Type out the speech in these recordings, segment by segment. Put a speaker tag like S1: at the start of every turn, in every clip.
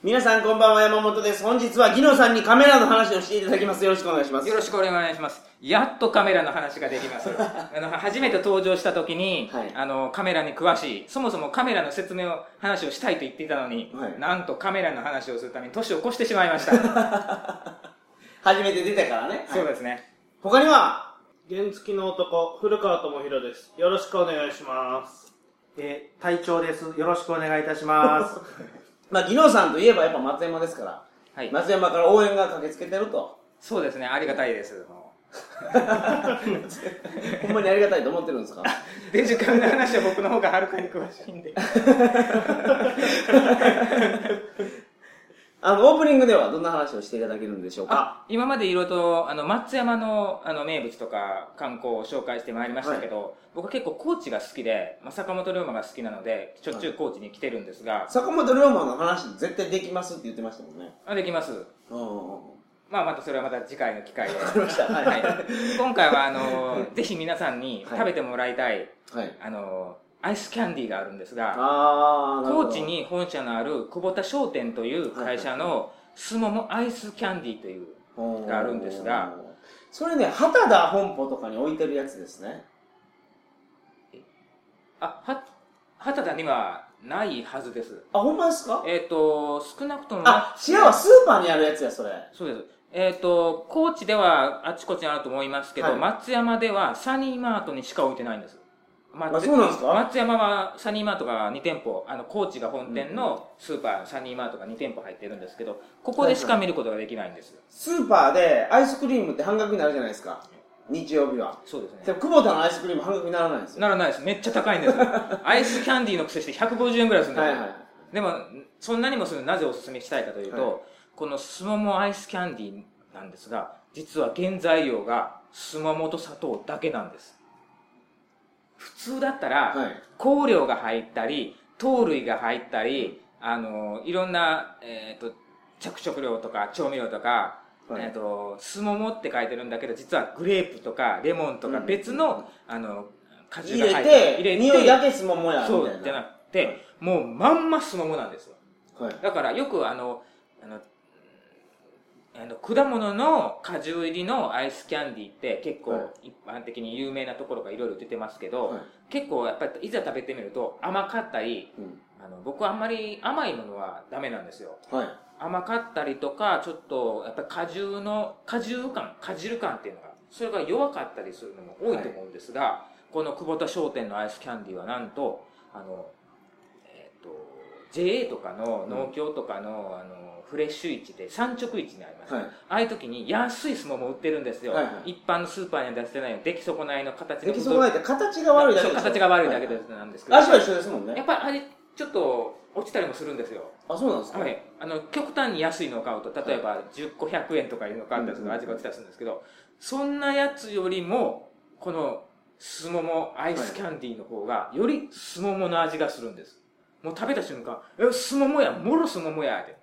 S1: 皆さんこんばんは山本です本日は技能さんにカメラの話をしていただきますよろしくお願いします
S2: よろしくお願いします。やっとカメラの話がで きます。あの初めて登場した時に、
S1: はい
S2: あのカメラに詳しい、そもそもカメラの説明を話をしたいと言っていたのに、
S1: はい
S2: なんとカメラの話をするために年を越してしまい ました。
S1: 初めて出たからね
S2: そう
S1: はい
S2: ですね。
S1: 他には
S3: 原付の男、古川智弘です。よろしくお願いします。えー、隊長です。よろしくお願いいたし ます。
S1: まあ技能さんといえばやっぱ松山ですから、
S2: はい
S1: 松山から応援が駆けつけてると
S2: そうですね。ありがたいです。も
S1: ほんまにありがたいと思ってるんです か
S2: うデジカメの話は僕の方がはるかに詳しいんで。
S1: あのオープニングではどんな話をしていただけるんでしょうか
S2: あ今までいろいろとあの松山のあの名物とか観光を紹介してまいりましたけど、僕は結構高知が好きで、まあ、坂本龍馬が好きなのでしょっちゅう高知に来てるんですが、
S1: 坂本龍馬の話絶対できますって言ってましたもんね
S2: あできます
S1: うんうんうん
S2: まあまたそれはまた次回の機会で、
S1: わかりま したはい
S2: はい、今回はあのーぜひ皆さんに
S1: はい
S2: 食べてもらいたい、
S1: はい
S2: あのーアイスキャンディーがあるんですが
S1: ああ
S2: 高知に本社のある久保田商店という会社のすももアイスキャンディーというがあるんですが
S1: それね畑田本舗とかに置いてるやつですね
S2: あは畑田にはないはずです
S1: あほんまですか
S2: えっ、と少なくとも
S1: あシェアはスーパーにあるやつやそれ
S2: そうですえっ、と高知ではあちこちにあると思いますけど、
S1: はい
S2: 松山ではサニーマートにしか置いてないんですま
S1: あそうなんですか
S2: 松山はサニーマートが2店舗あの高知が本店のスーパーサニーマートが2店舗入ってるんですけどここでしか見ることができないんです、
S1: スーパーでアイスクリームって半額になるじゃないですか日曜日は
S2: そうです
S1: で
S2: ね
S1: も久保田のアイスクリーム半額にならないんですよ
S2: ならないですめっちゃ高い んですアイスキャンディーのくせして150円ぐらいするんです
S1: は
S2: よ
S1: いはい
S2: でもそんなにもするなぜおすすめしたいかというと、
S1: はい
S2: このすももアイスキャンディーなんですが実は原材料がすももと砂糖だけなんです普通だったら、
S1: はい
S2: 香料が入ったり糖類が入ったりあのいろんな、えー、と着色料とか調味料とか、
S1: はい
S2: えー、とすももって書いてるんだけど実はグレープとかレモンとか
S1: うん
S2: 別の,、あの果
S1: 入
S2: 汁が
S1: れ
S2: 入って
S1: て匂いだけすももやみたいな
S2: そうじゃなくて、
S1: はい
S2: もうまんますももなんですよ
S1: はい
S2: だからよくあのあのあの果物の果汁入りのアイスキャンディーって結
S1: は
S2: 構一般的に有名なところがいろいろ出てますけど、
S1: はい
S2: 結構やっぱりいざ食べてみると甘かったり
S1: うん
S2: あの僕はあんまり甘いものはダメなんですよ
S1: はい
S2: 甘かったりとかちょっとやっぱり果汁の果汁感果汁感っていうのがそれが弱かったりするのも多いと思うんですが、この久保田商店のアイスキャンディーはなんとあの、えっと JA とかの農協とかの,、あのフレッシュ市で産直市にあります、
S1: はい
S2: ああいう時に安いスモモ売ってるんですよ、
S1: はいはい
S2: 一般のスーパーには出してないよ出来損ないの形の
S1: 出来損ないって形が悪いだけ
S2: そう
S1: です
S2: 形が悪いだけで
S1: は
S2: すなんですけど、
S1: はい味は一緒ですもん
S2: や
S1: ね
S2: っぱりあれちょっと落ちたりもするんですよ
S1: あそうなんですか
S2: はい、あの極端に安いのを買うと例えば10個100円とかいうのを買ったりする
S1: うんうんう
S2: と
S1: ん
S2: 味が落ちたりするんですけどそんなやつよりもこのすももアイスキャンディーの方がよりすももの味がするんですもう食べた瞬間「えすももやもろすももや」って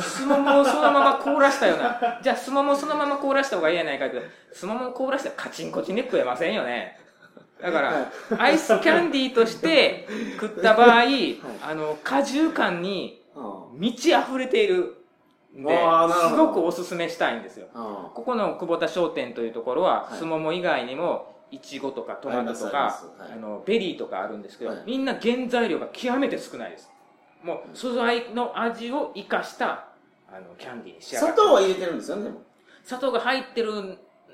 S2: すももをそのまま凍らしたよ うなじゃあすももそのまま凍らした方がいいやないかってすももを凍らしたらカチンコチンで食えませんよねだから、アイスキャンディーとして食った場合、あの果汁感に
S1: うん
S2: 満ち溢れているんで
S1: あーなる
S2: す
S1: ほど
S2: ごくおすすめしたいんですよ
S1: うん
S2: ここの久保田商店というところは
S1: はい
S2: すもも以外にもいちごとかトマトと
S1: ありま
S2: か
S1: すありますはい
S2: あのベリーとかあるんですけど
S1: はい
S2: みんな原材料が極めて少ないですもう素材の味を生かしたあのキャンディーに仕上が
S1: 砂
S2: って
S1: 糖は入れてるんですよねでも
S2: 砂糖が入ってる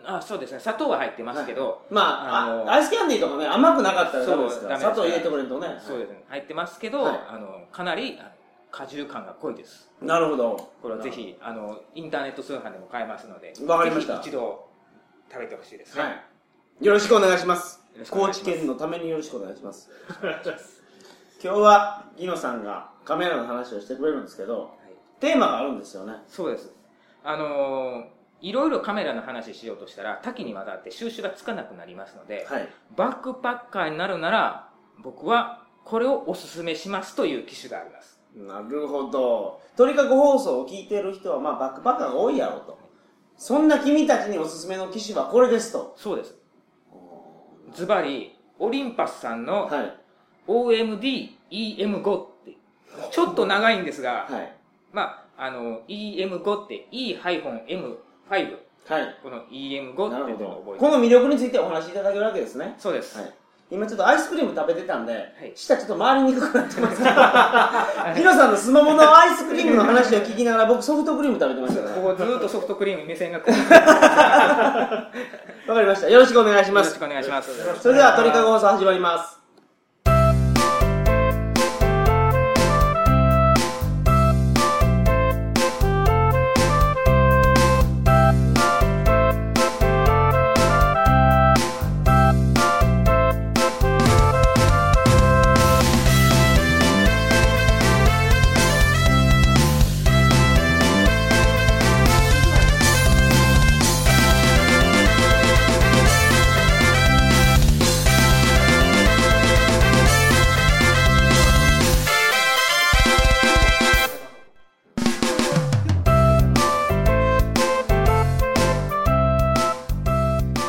S2: あそうですね砂糖は入ってますけど、
S1: まあ
S2: あの
S1: あアイスキャンディーとかね甘くなかったらダメですから
S2: そ
S1: 砂
S2: うダメですから
S1: 糖入れてくれるとね
S2: そうですね入ってますけど、
S1: はい
S2: あのかなりあの果汁感が濃いです
S1: なるほど
S2: これはぜひあのインターネット通販でも買えますので
S1: わかりました
S2: ぜひ一度食べてほしいですね、
S1: はい。よろしくお願いします
S2: よろ。しくお
S1: 高
S2: 願いし
S1: 知
S2: ます
S1: 県のためによろしくお願いします。 今日は、ギノさんがカメラの話をしてくれるんですけど、
S2: はい
S1: テーマがあるんですよね。
S2: そうですあのーいろいろカメラの話しようとしたら多岐にわたって収集がつかなくなりますので、
S1: はい。
S2: バックパッカーになるなら僕はこれをおすすめしますという機種があります
S1: なるほど。鳥かご放送を聞いてる人は、まあ、バックパッカーが多いやろうと。そんな君たちにおすすめの機種はこれですと。
S2: そうですズバリオリンパスさんの
S1: はい。
S2: OMDEM5 ってちょっと長いんですが、
S1: はい。
S2: まあ、あの、EM5 って E-M5。
S1: はい。
S2: この EM5
S1: な
S2: って
S1: る
S2: いうの
S1: ほど。
S2: を覚え
S1: この魅力についてお話しいただけるわけですね。
S2: て。そうです。
S1: はい。今ちょっとアイスクリーム食べてたんで、
S2: い
S1: 舌ちょっと回りにくくなってますけど、ヒロさんのスマモのアイスクリームの話を聞きながら僕ソフトクリーム食べてましたから。
S2: ここずっとソフトクリームに目線が来る。よ
S1: わかりました。よろしくお願いしま
S2: ろ
S1: す
S2: し。くお願いします。
S1: それでは鳥かご放送始まります。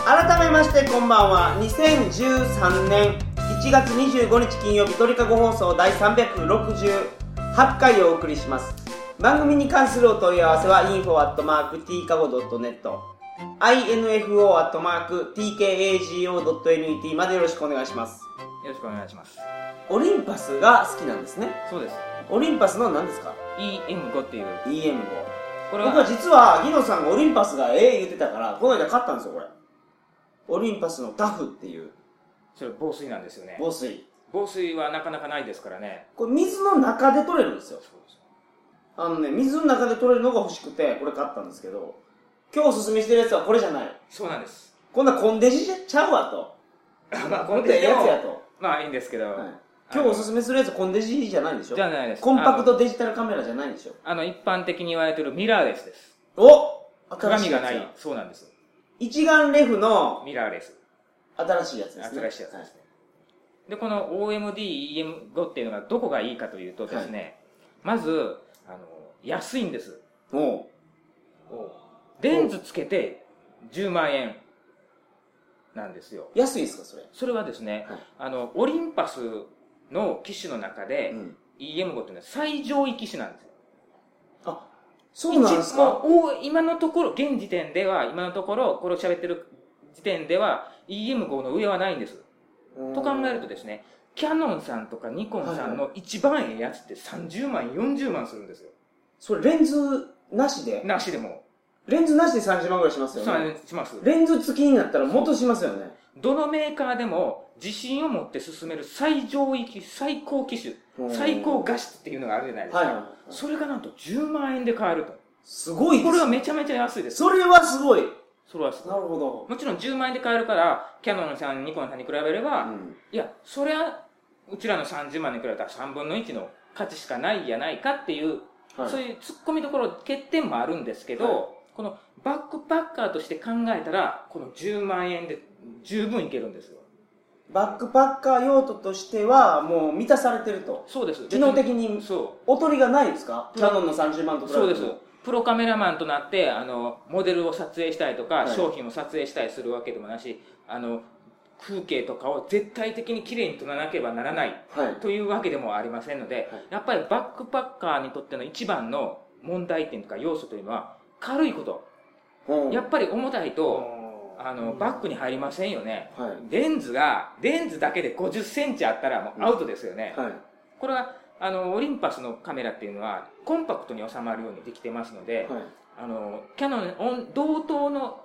S1: 改めましてこんばんは2013年1月25日金曜日鳥かご放送第368回をお送りします番組に関するお問い合わせは info.tkago.net info.tkago.net までよろしくお願いします
S2: よろしくお願いします。
S1: オリンパスが好きなんですね
S2: そうです。
S1: オリンパスの何ですか
S2: EM5 っていう。
S1: EM5
S2: これ
S1: 僕は
S2: は、
S1: 実はギノさんがオリンパスがええ言ってたからこの間買ったんですよこれオリンパスのタフっていう
S2: それ防水なんですよね。
S1: 防水
S2: 防水はなかなかないですからね。
S1: これ水の中で取れるんですよ
S2: そうです。
S1: あのね水の中で取れるのが欲しくてこれ買ったんですけど今日おすすめしてるやつはこれじゃない
S2: そうなんです。
S1: こんなコンデジちゃうわと
S2: まあ、
S1: こ
S2: こ
S1: ん
S2: ん
S1: な
S2: で
S1: やつや
S2: も、
S1: と、
S2: まあいいんですけど、
S1: はい、今日おすすめするやつコンデジじゃないんでしょ
S2: じゃないです。
S1: コンパクトデジタルカメラじゃないんでしょ
S2: あの、あの一般的に言われてるミラーレスです。
S1: お新し
S2: 鏡
S1: いや
S2: が
S1: つ
S2: ない
S1: や。
S2: そうなんです。
S1: 一眼レフの
S2: ミラーレス。
S1: 新しいやつですね
S2: 新しいやつですね。で、この OMD-EM5 っていうのがどこがいいかというとですね、まず、あの、安いんです。
S1: はいも
S2: レンズつけて10万円なんですよ。
S1: う安いんですかそれ
S2: それはですね、
S1: はい
S2: あの、オリンパスの機種の中で、
S1: うん
S2: EM5 っていうのは最上位機種なんですよ。
S1: あそうなんですか
S2: 一もうお今のところ、現時点では、今のところ、これを喋ってる時点では、EM5 の上はないんです。と考えるとですね、キャノンさんとかニコンさんの一番ええやつって30万、40万するんですよ。
S1: それレンズなしで
S2: なしでも。
S1: レンズなしで30万ぐらいしますよ
S2: そ
S1: ね
S2: うします。
S1: レンズ付きになったらもっとしますよね
S2: どのメーカーでも自信を持って進める最上位機、最高機種、最高画質っていうのがあるじゃないですか。
S1: はいはいはい
S2: それがなんと10万円で買えると。
S1: すごいです
S2: これはめちゃめちゃ安いです。
S1: それはすごいなる
S2: それはすごい
S1: ほど、
S2: もちろん10万円で買えるから、キャノンさん、ニコンさんに比べれば、いや、そりゃ、うちらの30万に比べたら3分の1の価値しかないやないかっていう
S1: はい
S2: そういう突っ込みどころ、欠点もあるんですけど、
S1: はい
S2: このバックパッカーとして考えたら、この10万円で十分いけるんですよ。
S1: バックパッカー用途としてはもう満たされてると
S2: そうです。
S1: 機能的
S2: 別
S1: に
S2: そ
S1: 劣りがないですか
S2: うん
S1: キャノンの30万と
S2: う。
S1: 比べ
S2: そう
S1: て
S2: です
S1: も。
S2: プロカメラマンとなって、あの、モデルを撮影したりとか、
S1: はい
S2: 商品を撮影したりするわけでもないし、あの、風景とかを絶対的に綺麗に撮らなければならない
S1: はい
S2: というわけでもありませんので、
S1: はい
S2: やっぱりバックパッカーにとっての一番の問題点とか要素というのは、軽いこと。
S1: うん
S2: やっぱり重たいと、あの、バ
S3: ッ
S2: ッグに入りませんよね。
S1: はい
S2: レンズが、レンズだけで50センチあったらもうアウトですよね。
S1: はい
S2: これは、あの、オリンパスのカメラっていうのは、コンパクトに収まるようにできてますので、
S1: はい
S2: あの、キャノンオン、同等の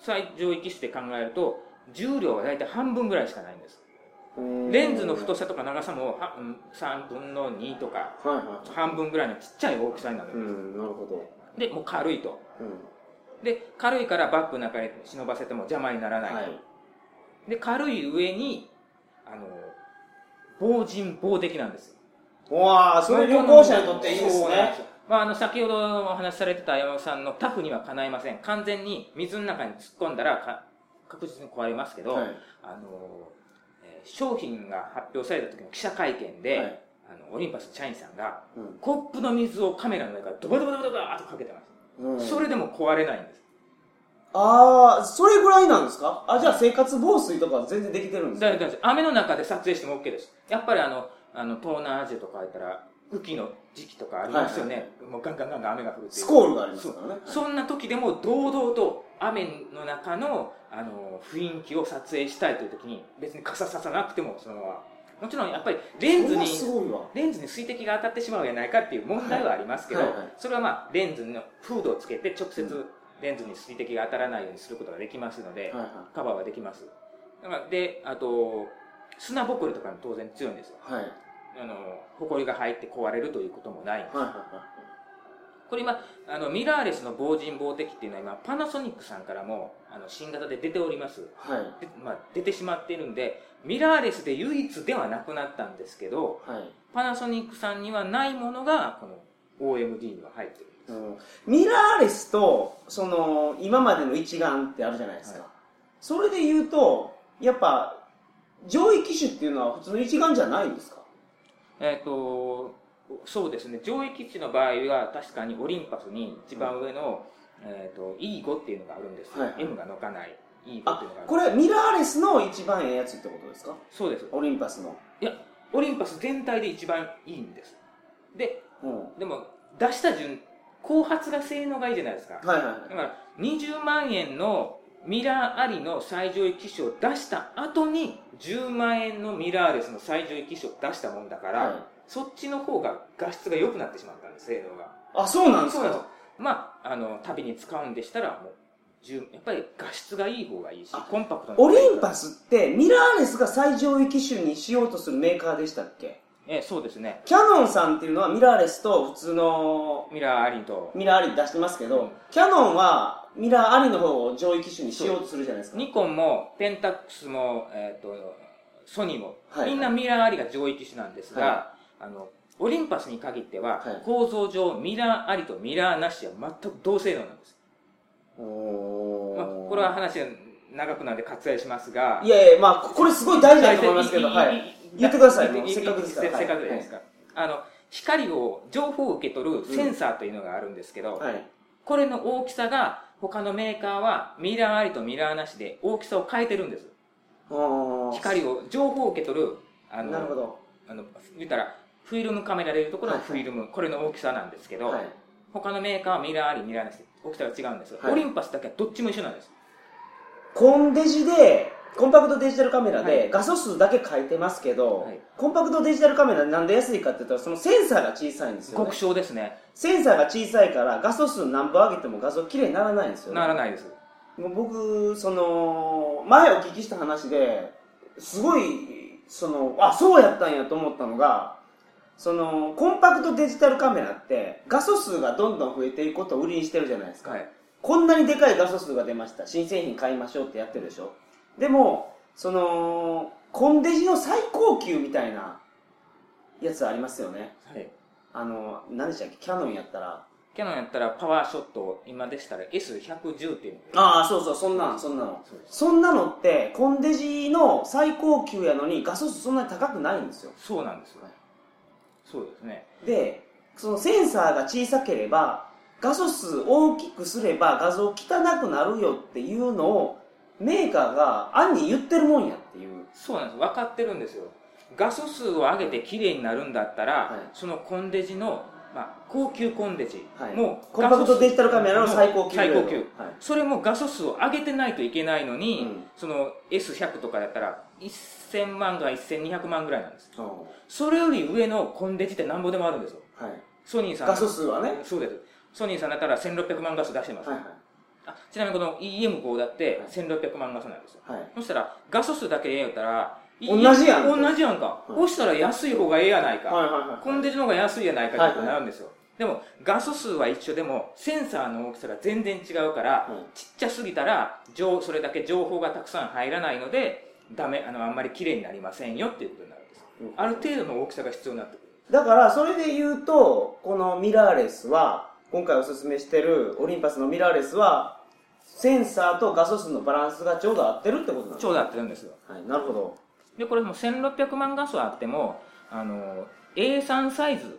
S2: 最上位機種で考えると、重量はだいたい半分ぐらいしかないんです。
S1: うん
S2: レンズの太さとか長さも、はうん3分の2とか、
S1: はいは
S2: 半分ぐらいのちっちゃい大きさになる
S1: いうん
S2: で
S1: んなるほど
S2: す。で、もう軽いと。
S1: う
S2: で、軽いからバッグの中に忍ばせても邪魔になら
S1: ん
S2: ないと。
S1: はい
S2: で、軽い上に、あの、防塵防滴なんですよ。
S1: うわあそれ旅行者にとっていいです
S2: そうなん
S1: ね
S2: よまあ、あの、先ほどお話しされてた山本さんのタフにはかないません。完全に水の中に突っ込んだらか確実に壊れますけど、
S1: はい
S2: あの、えー商品が発表された時の記者会見で、
S1: はい
S2: あの、オリンパスの社員さんが、
S1: うん
S2: コップの水をカメラの上からドバドバドバドバーっとかけてま
S1: うん
S2: す。それでも壊れないんです。
S1: ああそれぐらいなんですかあじゃあ生活防水とか全然できてるんです
S2: だ
S1: か
S2: だ雨の中で撮影しても OK です。やっぱりあの、あの、東南アジアとか行ったら、雨季の時期とかありますよね、もうガンガンガンガン雨が降るっていう
S1: スコールがありますからね。
S2: そんな時でも堂々と雨の中のあの雰囲気を撮影したいという時に別に傘ささなくてもそのままもちろんやっぱりレンズに
S1: それはすごいわ。
S2: レンズに水滴が当たってしまうんじゃないかっていう問題はありますけど、
S1: はいはいはい
S2: それはまあレンズのフードをつけて直
S1: う
S2: 接レンズに水滴が当たらないようにすることができますので、
S1: はいはい。
S2: カバーはできますだからであと砂ぼこりとかも当然強いんですよ
S1: はい。はい
S2: あのほこりが入って壊れるということもない
S1: はい
S2: これ今あのミラーレスの防塵防滴っていうのは今パナソニックさんからもあの新型で出ております
S1: はい。はい。
S2: で、まあ、出てしまっているんでミラーレスで唯一ではなくなったんですけど
S1: はい。
S2: パナソニックさんにはないものがこの OMD には入ってる
S1: うんミラーレスと、その、今までの一眼ってあるじゃないですか。
S2: は
S1: それで言うと、やっぱ、上位機種っていうのは普通の一眼じゃないんですか
S2: えっ、とそうですね上位機種の場合は確かにオリンパスに一番上の、えー、と E5 っていうのがあるんですよ、
S1: はいはい
S2: M が乗かない E5 っていうのがあ
S1: あ
S2: る、
S1: これミラーレスの一番ええやつってことですか
S2: そうです
S1: オリンパスの。
S2: いやオリンパス全体で一番いいんですで
S1: うん。
S2: でも出した順後発が性能がいいじゃないですか、
S1: はいはい
S2: だから20万円のミラーありの最上位機種を出した後に10万円のミラーレスの最上位機種を出したもんだから、
S1: はい。
S2: そっちの方が画質が良くなってしまったんです性能が
S1: あ、そうなんです
S2: そうなんです
S1: か
S2: まああの旅に使うんでしたらもう十やっぱり画質がいい方がいいし
S1: あ
S2: コンパクトな
S1: オリンパ
S2: ス
S1: スってミラーレスが最上位機種にしようとするメーカーでしたっけ
S2: ええそうですね
S1: キャノンさんっていうのはミラーレスと普通の
S2: ミラーありと
S1: ミラーあり出してますけど、
S2: うん
S1: キャノンはミラーありの方を上位機種にしようとするじゃないですか。
S2: ニコンもペンタックスも、えー、とソニーも、
S1: はい
S2: みんなミラーありが上位機種なんですが、
S1: は
S2: あのオリンパスに限っては、
S1: はい
S2: 構造上ミラーありとミラーなしは全く同性能なんです、
S1: おー
S2: まあ、これは話が長くなるんで割愛しますが
S1: いやいや、まあ、これすごい大事だと思いますけど、はい。言ってくださいもうせっかくですから
S2: せせっかくじゃないですか、あの光を情報を受け取るセンサーというのがあるんですけど、
S1: はい。
S2: これの大きさが他のメーカーはミラーありとミラーなしで大きさを変えてるんです
S1: おー
S2: 光を情報を受け取るあの
S1: なるほど。
S2: あの言ったらフィルムカメラでいうところの
S1: はい
S2: フィルム、これの大きさなんですけど、
S1: はい。
S2: 他のメーカーはミラーありミラーなしで大きさが違うんですが、
S1: はい
S2: オリンパスだけはどっちも一緒なんです
S1: コンデジで、コンパクトデジタルカメラ
S2: は
S1: で画素数だけ書いてますけど、
S2: はい
S1: コンパクトデジタルカメラでなんで安いかって言ったら、そのセンサーが小さいんですよ、ね
S2: 極。小ですね
S1: センサーが小さいから画素数何本上げても画像綺麗にならないんですよ、ね。
S2: ならないです
S1: もう僕その前お聞きした話ですごいそのあそうやったんやと思ったのがそのコンパクトデジタルカメラって画素数がどんどん増えていくことを売りにしてるじゃないですか、
S2: はい
S1: こんなにでかい画素数が出ました新製品買いましょうってやってるでしょでもそのコンデジの最高級みたいなやつありますよね
S2: はい
S1: あの何でしたっけキャノンやったら
S2: キャノンやったらパワーショットを今でしたら S110 っていうのが
S1: ああそうそうそんなんそんなの
S2: そうです
S1: そんなのって、コンデジの最高級やのに画素数そんなに高くないんですよ。
S2: そうなんですよねそうですね
S1: で、そのセンサーが小さければ、画素数大きくすれば画像汚くなるよっていうのを、メーカーが暗に言ってるもんやっていう。
S2: そうなんです分かってるんですよ画素数を上げて綺麗になるんだったら、
S1: はい
S2: そのコンデジの、まあ、高級コンデジ
S1: はい
S2: も
S1: コンパクトデジタルカメラの最高級。
S2: 最高級
S1: はい。
S2: それも画素数を上げてないといけないのに、
S1: うん
S2: その S100 とかだったら1000万が1200万ぐらいなんです
S1: うん
S2: それより上のコンデジってなんぼでもあるんですよ
S1: はい。
S2: ソニーさん
S1: 画素数はね。はい
S2: そうですソニーさんだったら1600万画素出してます、
S1: はい。
S2: あちなみにこの EM5 だって1600万画素なんですよ
S1: はい。
S2: そしたら画素数だけで言ったら
S1: 同じやん
S2: 同じやんか、
S1: うん
S2: こうしたら安い方がええやないか、
S1: はいはいはい。
S2: コンデジの方が安いやないかってことになるんですよ、でも画素数は一緒でもセンサーの大きさが全然違うから、
S1: うん
S2: ちっちゃすぎたら情それだけ情報がたくさん入らないのでダメあのあんまり綺麗になりませんよっていうことになるんです、
S1: うん
S2: ある程度の大きさが必要になってくる
S1: だからそれで言うとこのミラーレスは今回おすすめしてるオリンパスのミラーレスはセンサーと画素数のバランスがちょうど合ってるってことなんです
S2: ちょうど合ってるんですよ
S1: はい、なるほど
S2: でこれも1600万画素あってもあの A3 サイズ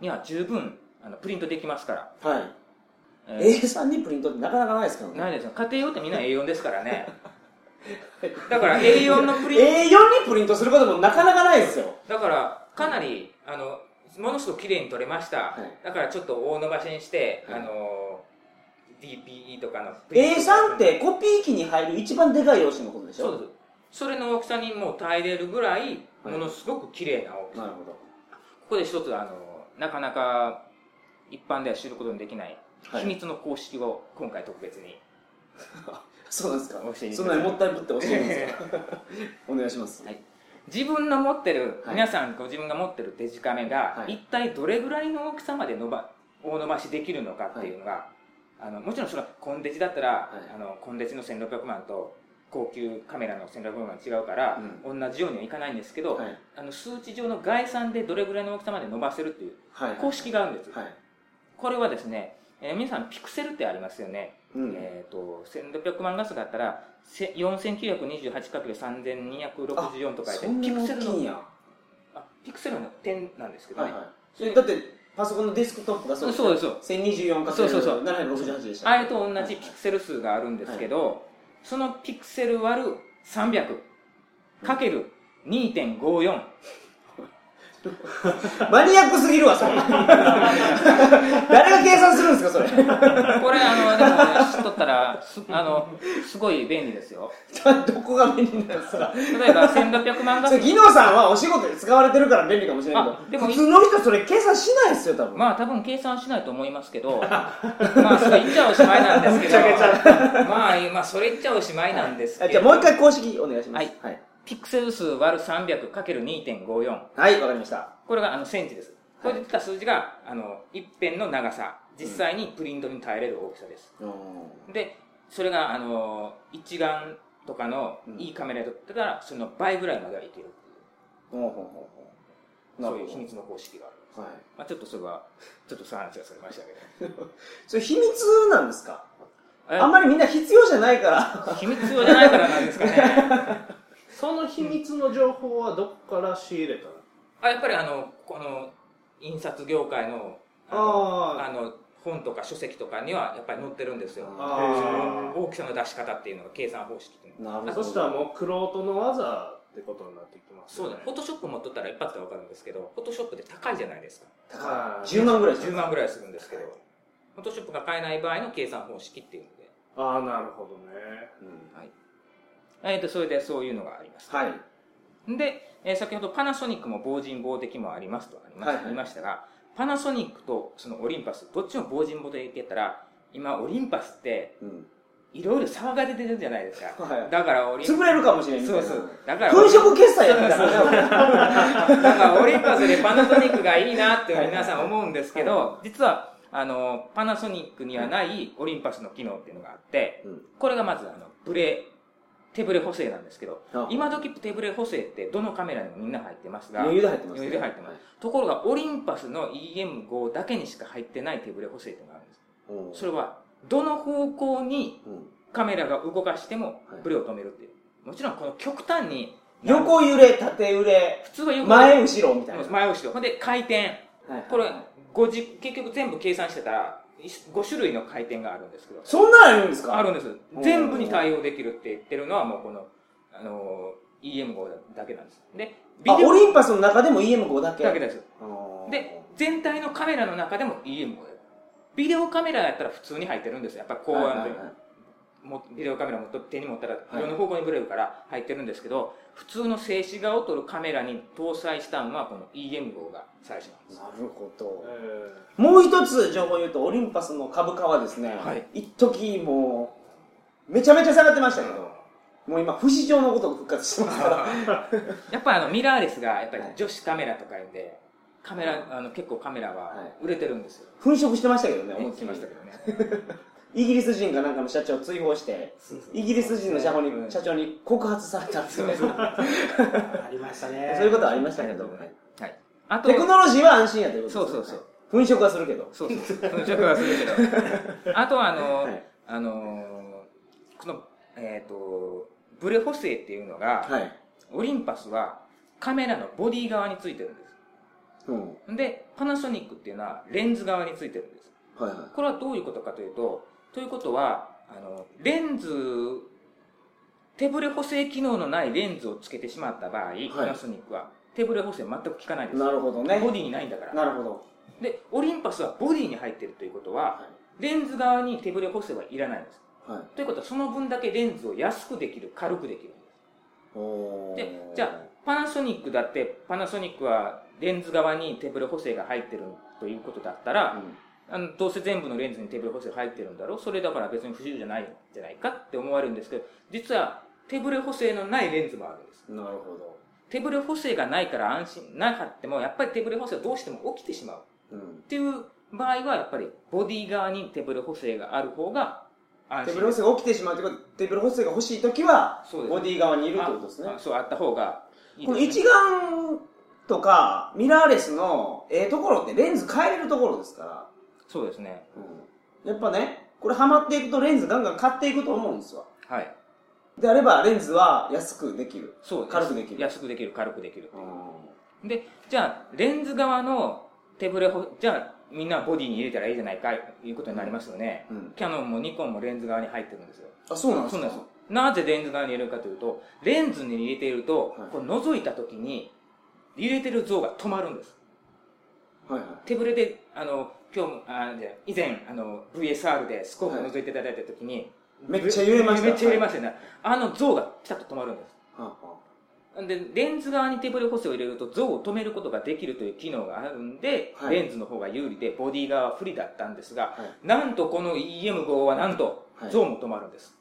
S2: には十分あのプリントできますから、
S1: はい
S2: えー
S1: A3 にプリントってなかなかないですけどね
S2: ないですよ家庭用ってみんな A4 ですか らねだから A4 のプリン
S1: A4 にプリントすることもなかなかないですよ
S2: トだからかなりあのものすごく綺麗に取れました、
S4: い
S2: だからちょっと大伸ばしにして、
S4: はい
S2: あの DPE とかの
S1: A3 ってコピー機に入る一番でかい用紙のことでしょ
S2: そうですそれの大きさにもう耐えれるぐらい
S4: はい
S2: ものすごく綺麗な大きさ、
S4: なるほど。
S2: ここで一つあのなかなか一般では知ることのできない
S4: はい
S2: 秘密の公式を今回特別に、
S4: そうなんですか
S2: 教え。に
S4: そんなにもったいぶって教えるんですか。 お願いします。
S2: はい自分の持ってる、
S4: はい
S2: 皆さんご自分が持ってるデジカメが、
S4: はい
S2: 一体どれぐらいの大きさまで伸ば大伸ばしできるのかっていうのが、あのもちろんそれはコンデジだったら、
S4: い
S2: あのコンデジの1600万と高級カメラの1600万が違うから、同じようにはいかないんですけど、
S4: はい。
S2: あの数値上の概算でどれぐらいの大きさまで伸ばせるっていう
S4: はい。
S2: 公式があるんです、
S4: はい。
S2: これはですね、えー皆さんピクセルってありますよね、
S4: うん。
S2: えー、と1600万画素だったらせ 4928×3264 とか
S4: そ
S2: 言っ
S4: ん
S2: て
S4: なに
S2: ピクセ
S4: 大
S2: ル
S4: きい
S2: の
S4: んや。
S2: あピクセルの点なんですけど
S4: は
S2: ね、
S4: いはい。
S2: それ
S1: だってパソコンのデスクトップがそう
S2: そうですそう
S1: す1024か
S2: そうそうそう
S1: 768でした
S2: あれと同じピクセル数があるんですけど、そのピクセル割る300かける2.54
S1: マニアックすぎるわそれ 誰が計算するんですかそれ
S2: これあのでも、ね、知っとったらすあのすごい便利ですよ
S1: どこが便利なんですか
S2: 例えば1600万画
S1: そ
S2: 素
S1: れ技能さんはお仕事で使われてるから便利かもしれない
S2: あ
S1: け
S2: で
S1: ど
S2: も
S1: 普通の人それ計算しないですよ多分、
S2: まあ多分計算しないと思いますけど、 まあそれ言っちゃおしまいなんですけど、
S3: ぶっちゃ
S2: まあ今それ言っちゃおしまいなんですけ
S1: あ
S2: ど、
S1: じゃあもう一回公式お願いします
S2: はい
S1: はい
S2: ピクセル数割る 300×2.54、
S1: はいわ、かりました
S2: これがあのセンチです。これで出た数字が、あの、一辺の長さ、実際にプリントに耐えれる大きさです。
S4: うん
S2: で、それが、あの、一眼とかの
S4: ん
S2: いいカメラだったら、その倍ぐらいまではいける
S4: ほうほうほうほう。な
S2: そう
S4: る
S2: いう
S4: ほ
S2: 秘密の公式がある。
S4: ど。はい。
S2: まあちょっとそれは、ちょっとそう話がそれましたけど。
S1: それ秘密なんですか
S2: え
S1: あんまりみんな必要じゃないから
S2: 秘密用じゃないからなんですかね。
S3: その秘密の情報はどこから仕入れたの
S2: あやっぱりあのこの印刷業界のあの
S3: あ
S2: あの本とか書籍とかにはやっぱり載ってるんですよ
S4: あ
S3: ーあ
S2: 大きさの出し方っていうのが計算方式っていうの
S4: なるほ
S3: ー
S4: ど。
S3: そしたらもう玄人の技ってことになってきます
S2: そう
S3: よ
S2: だねフォトショップ持っとったら一発で分かるんですけどフォトショップって高いじゃないですか
S3: はい
S1: 10万ぐらいです
S2: 10万ぐらいするんですけどフォトショップが買えない場合の計算方式っていうので、
S3: ああなるほどね
S4: うん
S2: えー、とそれでそういうのがあります
S4: はい。
S2: で、えー先ほどパナソニックも防塵防滴もありますとありま,、
S4: はいはい
S2: 言いましたが、パナソニックとそのオリンパス、どっちも防塵防滴やったら、今オリンパスって
S4: うん。
S2: いろいろ騒が出てるじゃないですか。
S1: はい
S2: だからオリン
S1: 潰れるかもしれんみたい
S2: そ
S1: な
S2: うそう。だから、
S1: 粉飾決済やったからね
S2: だからオリンパスでパナソニックがいいなって皆さん思うんですけど、実 は、あの、パナソニックにはないオリンパスの機能っていうのがあって、
S4: うん
S2: これがまず、あの、ブレ、手ブレ補正なんですけど、
S4: あ
S2: 今時手ブレ補正ってどのカメラにもみんな入ってますが、
S4: 余裕で入ってますね。
S2: 余裕で入ってます
S4: はい。
S2: ところがオリンパスの EM5 だけにしか入ってない手ブレ補正っていうのがあるんです。
S4: うん
S2: それは、どの方向に
S4: うん
S2: カメラが動かしても
S4: はい
S2: ブレを止めるっていう。もちろんこの極端に、
S1: 横揺れ縦揺れ
S2: 普通は横
S1: 前後ろみたいな
S2: 前後ろ。ほんで回転。
S4: はい
S2: これ
S4: はい
S2: 5じ、結局全部計算してたら、5種類の回転があるんですけど、
S1: そんなんあるんですか
S2: あるんです。全部に対応できるって言ってるのはもうこの、あのー、EM5 だけなんです。で、
S1: あオリン
S2: パ
S1: パスの中でも EM5 だけ
S2: だけです。
S4: うん
S2: で、全体のカメラの中でも EM5 ビデオカメラやったら普通に入ってるんですよ。やっぱりこうやっ
S4: は
S2: て
S4: いはいはい
S2: もビデオカメラも手に持ったらい
S4: い
S2: ろんな方向にブレるから入ってるんですけど、普通の静止画を撮るカメラに搭載したのはこの EM5 が最初なんです。
S4: なるほど。
S3: え
S1: もう一つ情報を言うと、オリンパスの株価はですね、
S2: はい
S1: 一時もう、めちゃめちゃ下がってましたけど、もう今、不死鳥のことが復活してます から、
S2: やっぱりあのミラーレスがやっぱり女子カメラとかいうんで、カメラ、あの結構カメラは売れてるんですよ。
S1: 粉飾してましたけどね、思
S2: 思
S1: いっ
S2: っ
S1: きり
S2: てましたけどね。
S1: イギリス人がなんかの社長を追放して、イギリス人の社長に,、
S2: うん
S1: 社長に告発されたんですよね。 そ
S3: ありましたね
S1: ういうことはありましたけど、
S2: はい。あと、
S1: テクノロジーは安心やということです、
S2: そうそうそう。
S1: 粉飾はするけど。
S2: そうそう。うんちょっと忘れるけど。あとはあの、
S4: はい
S2: あのこの、えっ、と、ブレ補正っていうのが、
S4: はい。
S2: オリンパスはカメラのボディ側についてるんで
S4: うん。は
S2: す。で、パナソニックっていうのはレンズ側についてるんです。
S4: いは
S2: これはどういうことかというと、ということは、あの、レンズ、手ブレ補正機能のないレンズをつけてしまった場合、パナソニックは、手ぶれ補正全く効かないです。
S4: なるほどね
S2: ボディにないんだから。
S4: なるほど
S2: で、オリンパスはボディに入ってるということは、
S4: は
S2: レンズ側に手ぶれ補正はいらないんです。
S4: いはい
S2: ということは、その分だけレンズを安くできる、軽くできる。
S4: おー
S2: でじゃパナソニックだって、パナソニックはレンズ側に手ブレ補正が入ってるということだったら、
S4: うん
S2: あのどうせ全部のレンズに手ブレ補正入ってるんだろうそれだから別に不自由じゃないんじゃないかって思われるんですけど、実は手ブレ補正のないレンズもあるんです。
S4: なるほ
S2: 手ブレ補正がないから安心、なかっても、やっぱり手ブレ補正はどうしても起きてしまう。
S4: どうん
S2: っていう場合は、やっぱりボディ側に手ブレ補正がある方が安
S1: テーブ
S2: 心
S1: ル補正が起きてしまうということテーブル補正が欲しいときは
S2: そうです
S1: ボディ側にいるということですね
S2: ああそう、あった方がいい
S1: この
S2: です
S1: 一
S2: ね。
S1: 眼とかミラーレスのええところってレンズ変えれるところですか
S2: そうですね。
S1: らやっぱねこれハマっていくとレンズガンガン買っていくと思うんですわ
S2: はい。
S1: であればレンズは安くできる
S2: そう
S1: 軽くできる
S2: 安くできる、軽くできる。
S4: うん
S2: で、じゃあ、レンズ側の手ブレほ、じゃあ、みんなボディに入れたらいいじゃないか、いうことになりますよね。
S4: うん
S2: キャノンもニコンもレンズ側に入ってるんですよ。
S1: あそうなんで
S2: そ
S1: す
S2: うな
S1: か
S2: んですよ。なぜレンズ側に入れるかというと、レンズに入れていると、
S4: はい
S2: こう覗いた時に、入れてる像が止まるんです。
S4: はいは
S2: 手ぶれで、あの、今日も、あじゃあ以前、あの、VSR でスコープを覗いていただいた時に、
S1: めっちゃ揺れました
S2: めっちゃ揺れましたよね。あの像がピタッと止まるんです。
S4: いはあは
S2: で、レンズ側に手ブレ補正を入れると、像を止めることができるという機能があるんで、
S4: はい
S2: レンズの方が有利で、ボディ側は不利だったんですが、
S4: は
S2: なんとこの EM5 はなんと
S4: はい、
S2: 像も止まるんです。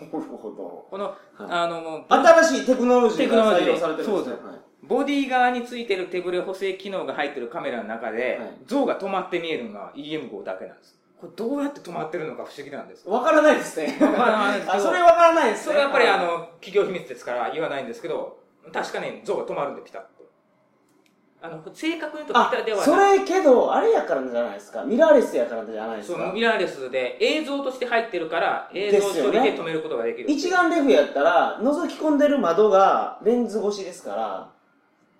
S4: あなるほど
S2: この、
S4: はい
S2: あの、もう
S1: 新しいテクノロジーが採用されてるん
S2: そ
S1: で
S2: う
S1: す
S2: で
S1: ね
S2: す
S4: はい
S2: ボディ側についてる手ブレ補正機能が入ってるカメラの中で、
S4: はい
S2: 像が止まって見えるのは EM5 だけなんです。これどうやって止まってるのか不思議なんです。
S1: わからないです ね
S2: わからないですけど
S1: あそれわからないですね
S2: それはやっぱりあ
S1: は
S2: の、企業秘密ですから言わないんですけど、確かに像が止まるんでピタッと。あの、正確に言うとピタではない。
S1: それけどあれやからじゃないですかミラーレスやからじゃないです
S2: そう
S1: か
S2: ミラーレスで映像として入ってるから映像処理で止めることができる
S1: 一眼レフやったら覗き込んでる窓がレンズ越しですから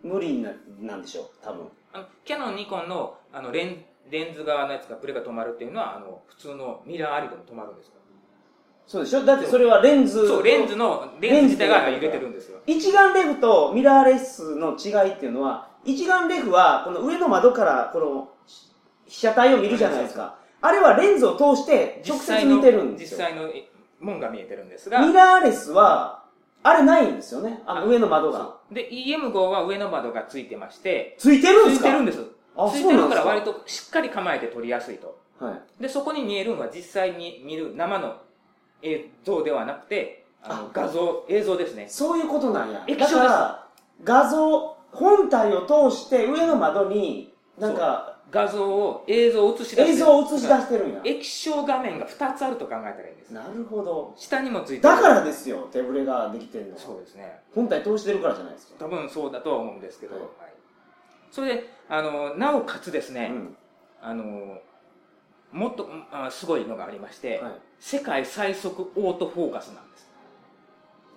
S1: 無理ななんでしょう多分
S2: あのキャノンニコンのあのレンレンズ側のやつがブレが止まるっていうのはあの普通のミラーありでも止まるんですよ
S1: そうでしょだってそれはレンズ
S2: そうレンズのレンズ自体が
S1: レンズ
S2: 揺
S1: で
S2: れてるんですよ
S1: 一眼レフとミラーレスの違いっていうのは一眼レフはこの上の窓からこの被写体を見るじゃないですかあれはレンズを通して直接
S2: の
S1: 見てるんです
S2: 実
S1: よ
S2: 際のえ門が見えてるんですが
S1: ミラーレスはあれないんですよねあの上の窓が
S2: そうで EM5 は上の窓がついてまして
S1: ついてるん
S2: つ
S1: で
S2: い
S1: すか
S2: てるんです
S1: あ
S2: ついてるか
S1: そ
S2: ら
S1: うなん
S2: 割としっかり構えて撮りやすいと
S4: はい
S2: でそこに見えるのは実際に見る生の映像ではなくてあの
S1: あ
S2: 画像映像ですね
S1: そういうことなんや。
S2: 液
S1: だ
S2: 晶です
S1: から、画像、本体を通して上の窓に、なんか、
S2: 画像を映像を映し出して
S1: 映像を映し出してるんや。
S2: 液晶画面が2つあると考えたらいいんです
S1: なるほど。
S2: 下にもついて
S1: だからですよ、手ぶれができてるのは。
S2: そうですね
S1: 本体通してるからじゃないですか。
S2: 多分そうだとは思うんですけど、
S4: はい
S2: はいそれであのなおかつですね、
S4: うん
S2: あのもっとあすごいのがありまして、
S4: はい
S2: 世界最速オートフォーカスなんです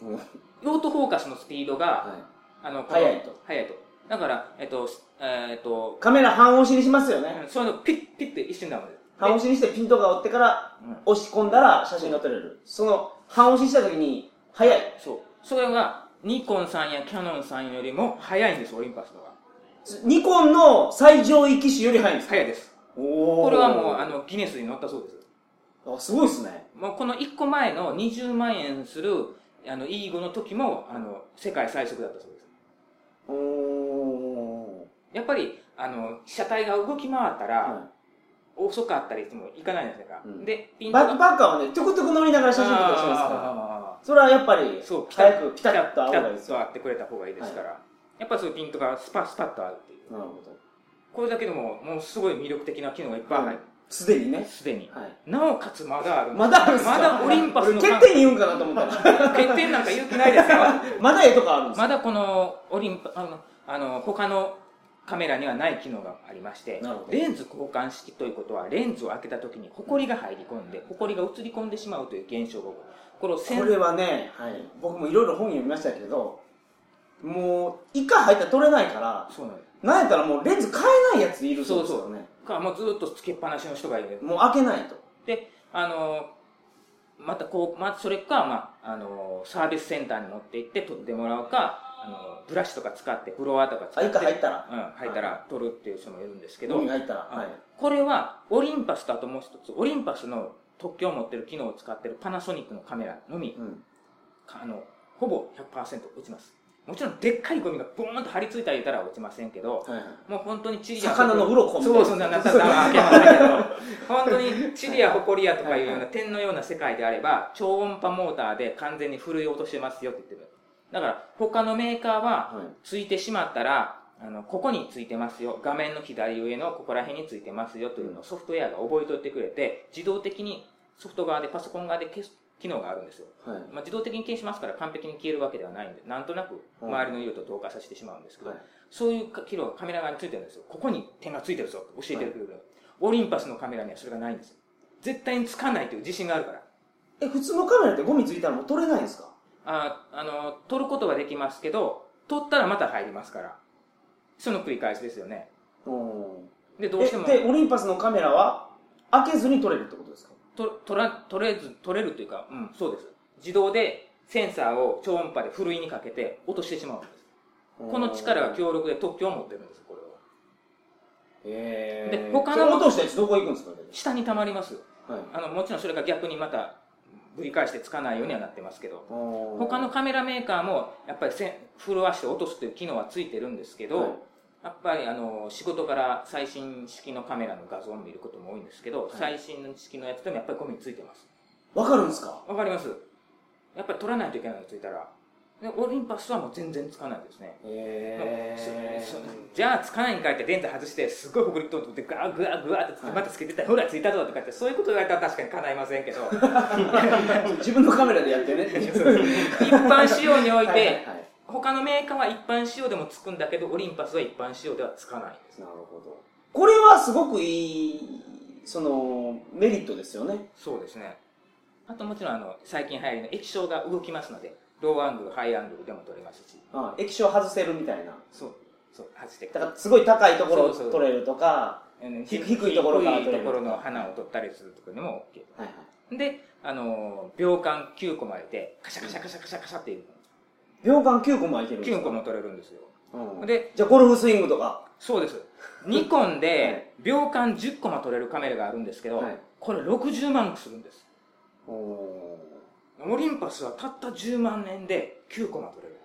S4: うんはい
S2: オートフォーカスのスピードが、あの
S1: 速いと
S2: 速いとだからえっと、すえーっと
S1: カメラ半押しにしますよね。
S2: うんそういうのピッピッて一瞬なので
S1: 半押しにしてピントが追ってから
S2: うん
S1: 押し込んだら写真が撮れる。その、半押しした時に、速い。
S2: そうそれがニコンさんやキャノンさんよりも速いんですオリンパスの方が
S1: ニコンの最上位機種より速いんですか
S2: 速いです
S1: おー
S2: これはもうあ、のギネスに載ったそうです
S1: あすごいですね。
S2: もうこの1個前の20万円するあの E5 の時もあの世界最速だったそうです
S1: おー。
S2: やっぱりあの被写体が動き回ったら、
S4: は
S2: 遅かったりしてもいかないんですか、
S4: うん
S2: でピント
S1: バッ
S2: が
S1: クパッカーはね、トゥクトゥク乗りながら写真撮ったりしますから。
S2: あ
S1: それはやっぱり
S2: ーそう
S1: 早くピタッ
S2: ッ
S1: と合う
S2: ピ
S1: が
S2: タ
S1: いいで
S2: ッ
S1: す
S2: と
S1: よ
S2: 合ってくれた方がいいですから、やっぱりそういうピントがスパスパッと合うっていう
S4: なるほ
S2: これだけでももうすごい魅力的な機能がいっぱい入って
S1: すでにね
S2: すでに、
S1: はい
S2: なおかつまだある
S1: まだあるんですか
S2: まだオリンパス
S1: 俺
S2: の
S1: 欠点言うんかなと思ったら
S2: 欠点なんか言う気ないですよ
S1: まだ絵とかあるんですか
S2: まだこのオリンパあのあの他のカメラにはない機能がありまして
S4: なるほど
S2: レンズ交換式ということはレンズを開けた時にホコリが入り込んでホコリが映り込んでしまうという現象が起こるこれをセン
S1: これはね、はい、僕もいろいろ本読みましたけどもう一回入ったら撮れないから
S2: そうなんで
S1: なんやったらもうレンズ変えないやついるそうですよね
S2: すかもうずっとつけっぱなしの人がいる
S1: もう開けないと
S2: であのまたこう、まあ、それか、まあ、あのサービスセンターに持って行って取ってもらうかあのブラシとか使ってフロアとか使
S1: あ、
S2: って
S1: 一回入ったら。
S2: うん、入ったら取るっていう人もいるんですけど、
S4: 海に入ったら。はい。
S2: これはオリンパスとあともう一つオリンパスの特許を持ってる機能を使ってるパナソニックのカメラのみ、
S4: うん。
S2: あのほぼ100%落ちますもちろんでっかいゴミがボーンと張り付いたら言うたら落ちませんけど
S4: はいはい。
S2: もう本当にチリや
S1: 魚の鱗みたいな。
S2: そうそうなななななな本当にチリやホコリやとかいうような点のような世界であれば超音波モーターで完全に震え落としてますよって言ってるだから他のメーカーは
S4: はい。
S2: ついてしまったら、あの、ここについてますよ。画面の左上のここら辺についてますよというのをソフトウェアが覚えといてくれて、自動的にソフト側でパソコン側で消す機能があるんですよ。
S4: はい。
S2: まあ、自動的に消しますから完璧に消えるわけではないんで、なんとなく
S4: うん
S2: 周りの色と同化させてしまうんですけど、
S4: はい
S2: そういう機能がカメラ側についてるんですよ。ここに点がついてるぞと教えてくれる、オリンパスのカメラにはそれがないんですよ。絶対につかないという自信があるから。
S1: え、普通のカメラってゴミついたらもう取れないんですか
S2: ああの、取ることはできますけど、取ったらまた入りますから。その繰り返しですよね。
S4: お
S2: で、どうしても
S1: え、で、オリンパスのカメラは開けずに取れるってことですか
S2: と取ら、取れず、取れるというか、うん、そうです。自動でセンサーを超音波でふるいにかけて落としてしまうんです。
S4: ー
S2: この力が強力で特許を持ってるんです、これは。
S4: えー。
S2: で他
S1: そ
S2: の
S1: れ落としたやつどこ行くんですか
S2: 下に溜まりますよ。
S4: はい。
S2: あの、もちろんそれが逆にまた、ぶり返してつかないようにはなってますけど。
S4: おー
S2: 他のカメラメーカーも、やっぱりせん、フルアッシュを落とすという機能はついてるんですけど、
S4: はい
S2: やっぱりあの仕事から最新式のカメラの画像を見ることも多いんですけど、最新式のやつでもやっぱりゴミついてます
S1: わかるんですか
S2: わかりますやっぱり取らないといけないのついたらでオリンパスはもう全然つかないですね
S4: え
S2: そそ
S4: ー。
S2: じゃあつかないんかいってレンズ外してすごい北陸とってガーグワーグワーってつけて
S4: はい
S2: またつけてたらほらついたぞとかってそういうこと言われたら確かに叶いませんけど
S1: 自分のカメラでやってねっていう。
S2: 一般仕様におい
S4: はい
S2: て
S4: はい。
S2: 他のメーカーは一般仕様でもつくんだけどオリンパスは一般仕様ではつかないんです
S4: なるほど。
S1: これはすごくいい、その、メリットですよね。
S2: そうですね。あともちろんあの最近流行りの液晶が動きますので、ローアングル、ハイアングルでも撮れますし、
S1: あ液晶外せるみたいな。
S2: そう、そう、外して
S1: だからすごい高いところを
S2: そうそう
S1: 取れるとか、
S2: うん
S1: 低低いところから撮れる
S2: 低いところの花を撮ったりするとかでも OK。
S1: はいはい、
S2: で、あのー秒間9個までで、カシャカシャカシャカシャカシャっていう、
S1: 秒間9個も開いてるんですか
S2: 9個も撮れるんですよ。
S4: うん。
S2: で、
S1: じゃあゴルフスイングとか。
S2: そうです。ニコンで秒間10個も撮れるカメラがあるんですけど、
S4: はい
S2: これ60万するんです。
S4: お
S2: オリンパスはたった10万円で9個も撮れる。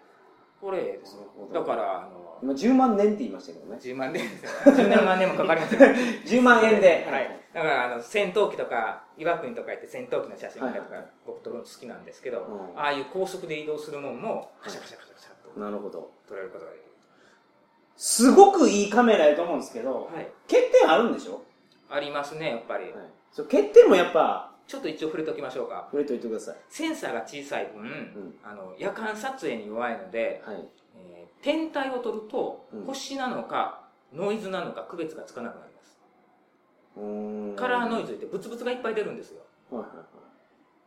S2: これですね
S4: なるほ。ど
S2: だから、あのー
S1: 今10万年って言いましたけどね。
S2: 10万年10何万年もかかります よ、はい、
S1: 10万円で。
S2: だからあの戦闘機とか岩国とか行って戦闘機の写真とか
S4: はいはいはい
S2: 僕撮るの好きなんですけど、
S4: うん
S2: ああいう高速で移動するもんもカシャカシャカシャカシャっと
S4: なるほど。
S2: 撮れることができる、
S1: すごくいいカメラやと思うんですけど、
S2: はい、
S1: 欠点あるんでしょ
S2: ありますねやっぱり、
S4: はい。
S1: そう欠点もやっぱ
S2: ちょっと一応触れときましょうか
S1: 触れといてください。
S2: センサーが小さい分、
S4: ん
S2: あの夜間撮影に弱いので、
S4: はい。
S2: えー天体を撮ると
S4: うん
S2: 星なのかノイズなのか区別がつかなくなります、
S4: うーん
S2: カラーノイズってブツブツがいっぱい出るんですよ
S4: はいはい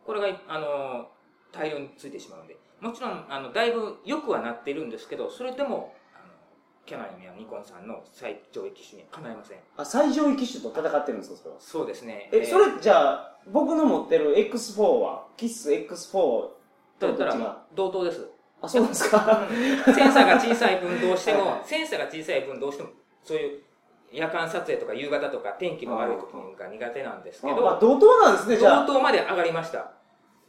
S2: これが、あのー大量についてしまうんで、もちろん、あの、だいぶ良くはなってるんですけど、それでも、あの、キャナンやニコンさんの最上位機種にはかないません。
S1: あ、最上位機種と戦ってるんですか、それは。
S2: そうですね。
S1: え、それじゃあ、僕の持ってる X4 は、キス X4
S2: だ
S1: と
S2: った
S1: どっち
S2: ら
S1: が、
S2: 同等です。
S1: あ、そうなんですか。
S2: センサーが小さい分どうして
S1: はい
S2: も
S1: は、い
S2: センサーが小さい分どうしても、そういう夜間撮影とか夕方とか天気の悪い時が苦手なんですけ
S1: あ
S2: ど、
S1: まあ、同等なんですね、じゃ
S2: 同
S1: あ。
S2: 等まで上がりました。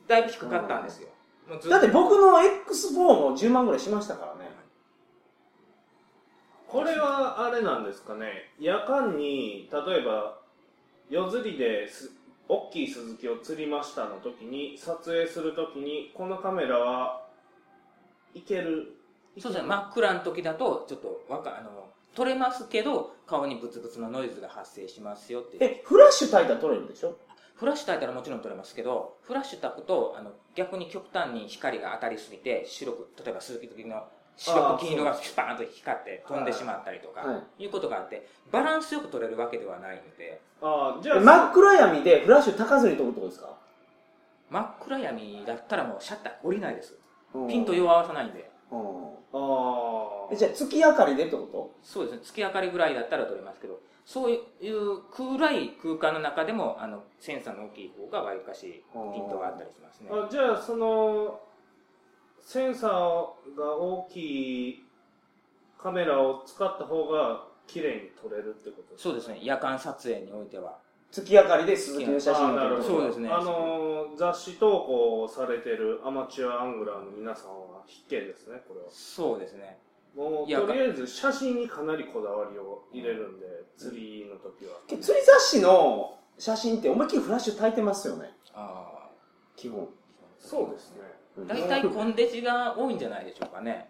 S2: だいぶ低かったんですよ。もうずっ
S1: だ
S2: と
S1: って僕の X4 も10万ぐらいしましたからね。
S3: これはあれなんですかね夜間に例えば夜釣りです大きいスズキを釣りましたの時に撮影する時にこのカメラはいける
S2: そうですね、真っ暗の時だと、ちょっとわか、あの、取れますけど、顔にブツブツのノイズが発生しますよっていう。
S1: え、フラッシュ焚いたら取れるでしょ
S2: フラッシュ焚いたらもちろん取れますけど、フラッシュ焚くと、あの、逆に極端に光が当たりすぎて、白く、例えば鈴木時の白く金色がスパーンと光って飛んでしまったりとか、、
S4: はい
S2: うことがあって、バランスよく取れるわけではないので、
S3: ああじゃ
S1: え
S3: あ
S1: 真っ暗闇でフラッシュ焚かずに取るってことですか
S2: 真っ暗闇だったらもうシャッター降りないです。
S4: はい。
S2: ピント。弱合わさないんで。
S4: うん。
S3: あ
S1: え
S3: あ
S1: じゃあ、月明かりでってこ
S2: そうですね、月明かりぐらいだったら撮れますけど、そういう暗い空間の中でも、あの、センサーの大きい方がわりかしピントがあったりしますね。
S3: あじゃあそのセンサーが大きいカメラを使った方が綺麗に撮れるってこと
S2: そうですね、夜間撮影においては。
S1: 月明かりで鈴木の写真
S3: あーな
S1: を
S3: るほ
S1: 撮
S3: ど
S1: る
S2: そうですね
S3: あのー雑誌投稿されてるアマチュアアングラーの皆さんは必見ですねこれは
S2: そうですね。
S3: もう
S2: いや
S3: とりあえず写真にかなりこだわりを入れるんで、釣りの時は
S1: 釣り雑誌の写真って思いっきりフラッシュ焚いてますよね
S2: あ
S1: 基本
S3: そうですね
S2: あ。大体コンデジが多いんじゃないでしょうかね。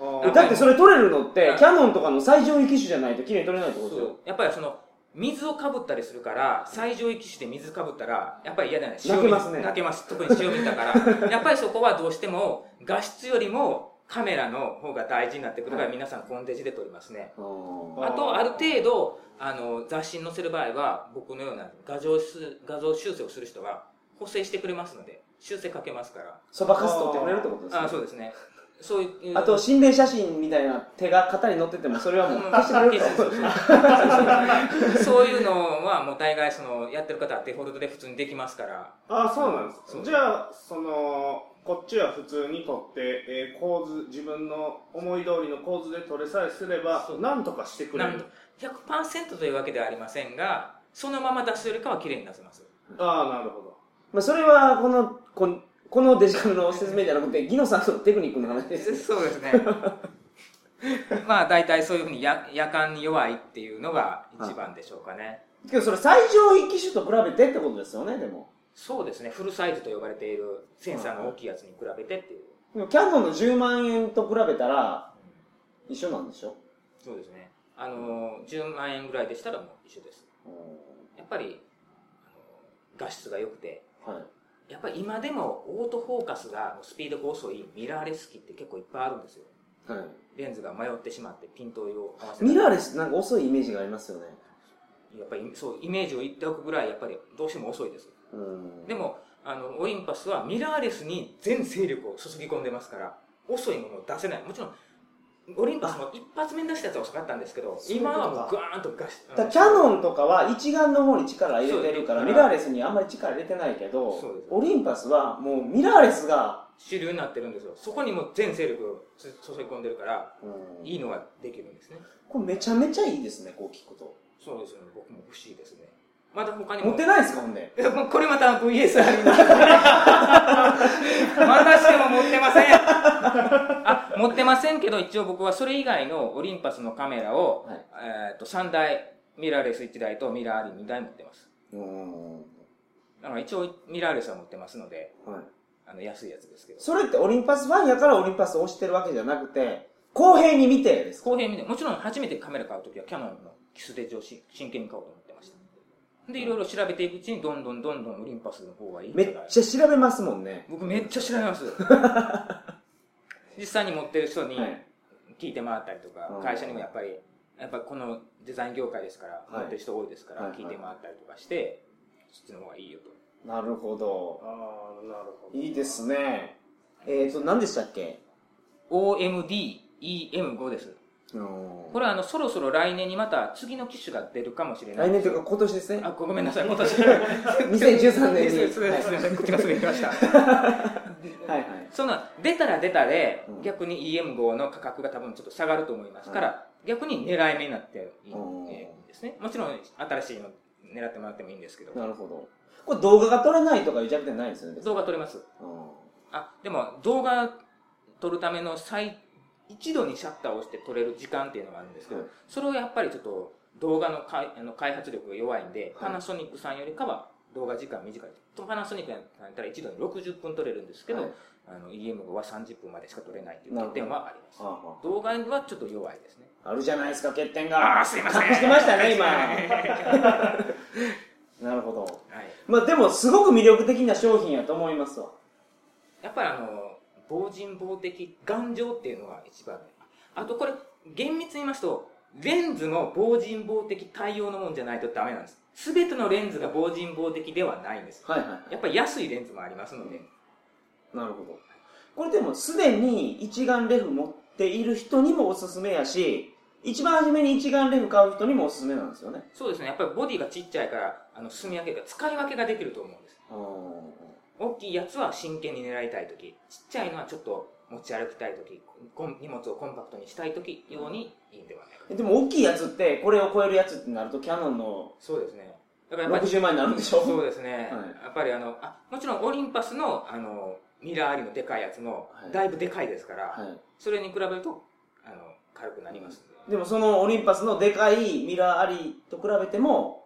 S3: あ
S1: うん
S3: ー
S1: だってそれ撮れるのって
S2: うん
S1: キャノンとかの最上位機種じゃないと綺麗に撮れないってことですよ
S2: やっぱりその、水をかぶったりするから、最上位機種で水かぶったら、やっぱり嫌じゃない
S1: 泣けますね
S2: 泣けます。特に塩水だ から。やっぱりそこはどうしても、画質よりもカメラの方が大事になってくるから、
S1: はい
S2: 皆さんコンデジで撮りますね。
S1: あ
S2: あと、ある程度、あの、雑誌に載せる場合は、僕のような画像す画像修正をする人は、補正してくれますので、修正かけますから。
S1: そばかす撮ってくれるってことですね
S2: あそうですね。そういう。
S1: あと心霊写真みたいな手が肩に乗っててもそれはもう消してくれるってことですね
S2: そういうのはもう大概そのやってる方はデフォルトで普通にできますから
S3: あそうなんです
S2: そう
S3: じゃあそのこっちは普通に撮って、えー構図自分の思い通りの構図で撮れさえすればなんとかしてくれ
S2: なん
S3: る
S2: 100%というわけではありませんがそのまま出すよりかは綺麗に出せます
S3: ああなるほど
S1: まあそれはこのこんこのデジカルの説明じゃなくてギノさんのテクニックの話です
S2: そうです ねまあ大体そういうふうにや夜間に弱いっていうのが一番でしょうかね、
S1: けどそれ最上位機種と比べてってことですよねでも
S2: そうですねフルサイズと呼ばれているセンサーの大きいやつに比べてっていう、
S1: でもキャノンの10万円と比べたら一緒なんでしょ
S2: そうですねあの10万円ぐらいでしたらもう一緒ですやっぱりあの画質が良くて
S1: はい
S2: やっぱり今でもオートフォーカスがスピードが遅いミラーレス機って結構いっぱいあるんですよ
S1: はい
S2: レンズが迷ってしまってピントを合わせたり
S1: ミラーレスってなんか遅いイメージがありますよね
S2: やっぱりそうイメージを言っておくぐらいやっぱりどうしても遅いです
S1: うん
S2: でもあのオリンパスはミラーレスに全勢力を注ぎ込んでますから遅いものを出せないもちろんオリンパスも一発目に出したやつは遅かったんですけど
S1: そういうこと
S2: 今
S1: か
S2: はもうガーンとガシ
S1: だからキャ
S2: ン
S1: ノンとかは一眼の方に力入れてるから
S2: そう
S1: ミラーレスにあんまり力入れてないけど
S2: そうです
S1: オリンパスはもうミラーレスが
S2: 主流になってるんですよそこにもう全勢力を注ぎ込んでるからいいのができるんですね
S1: これめちゃめちゃいいですねこう聞くと
S2: そうですよね僕も欲しいですねまだ他にも
S1: 持ってないですかほんで
S2: いやもうこれまた VSR になるまたしても持ってませんあ持ってませんけど一応僕はそれ以外のオリンパスのカメラを、
S1: はい
S2: えー、と3台ミラーレス1台とミラーあり2台持ってます
S1: うん
S2: だから一応ミラーレスは持ってますので
S1: はい
S2: あの安いやつですけど
S1: それってオリンパスファンやからオリンパスを推してるわけじゃなくて公平に見てですか
S2: 公平見てもちろん初めてカメラ買う時はキヤノンのキスデジをし真剣に買おうと思ってましたでいろいろ調べていくうちにどんどんどんどんオリンパスの方がいいんじ
S1: め
S2: ゃない
S1: っちゃ調べますもんね
S2: 僕めっちゃ調 べます実際に持ってる人に
S1: はい
S2: 聞いて回ったりとか、
S1: うん
S2: 会社にもやっぱりやっぱこのデザイン業界ですから、
S1: はい
S2: 持ってる人多いですから、
S1: はい
S2: 聞いて回ったりとかしてそっちの方がいいよと
S1: なるほど
S3: ああなるほど
S1: いいですねえっ、ー、と何でしたっけ
S2: OMDEM5 ですこ
S1: こ
S2: れはあのそろそろ来年にまた次の機種が出るかもしれ
S1: れ
S2: ない
S1: 来年というか今年ですね
S2: あごめん なさい今年
S1: 2013年 に
S2: すいませんすいません口が滑りました
S1: はいはい
S2: その出たら出たで、
S1: うん
S2: 逆に EM5 の価格が多分ちょっと下がると思いますから、逆に狙い目になっていい
S1: うん
S2: えーですねもちろん新しいの狙ってもらってもいいんですけど
S1: なるほどこれ動画が撮れないとかいう弱点ないですよね
S2: 動画撮れます
S1: うん
S2: あでも動画撮るための最一度にシャッターを押して撮れる時間っていうのがあるんですけど、
S1: はい
S2: それをやっぱりちょっと動画のかいあの開発力が弱いんで、
S1: はい
S2: パナソニックさんよりかは動画時間短いとパナソニックやったら一度に60分撮れるんですけど、
S1: はい
S2: あの EM5 は30分までしか撮れないっていう欠点はあります
S1: はあは
S2: 動画はちょっと弱いですね。
S1: ああるじゃないですか欠点が
S2: すいま
S1: 隠してました ね今
S2: は
S1: なるほど
S2: い。
S1: まあでもすごく魅力的な商品やと思いますわ
S2: やっぱりあの、防塵防的、頑丈っていうのが一番。あとこれ、厳密に言いますと、レンズも防塵防的対応のもんじゃないとダメなんです。すべてのレンズが防塵防的ではないんです。
S1: はいはい
S2: やっぱり安いレンズもありますので、
S1: なるほど。これでもすでに一眼レフ持っている人にもおすすめやし、一番初めに一眼レフ買う人にもおすすめなんですよね。
S2: そうですね、やっぱりボディがちっちゃいから、あの、墨分けが、使い分けができると思うんです。大きいやつは真剣に狙いたい時ちっちゃいのはちょっと持ち歩きたい時こん荷物をコンパクトにしたい時用にいいんではないか
S1: えでも大きいやつってこれを超えるやつってなるとキャノンの
S2: そうですねだからやっぱり
S1: 60万になるんでしょ
S2: そうですね、
S1: はい
S2: やっぱりあのあもちろんオリンパスのあのミラーありのでかいやつも
S1: はい
S2: だいぶでかいですから、
S1: は
S2: それに比べるとあの軽くなりますんで
S1: い、でもそのオリンパスのでかいミラーありと比べても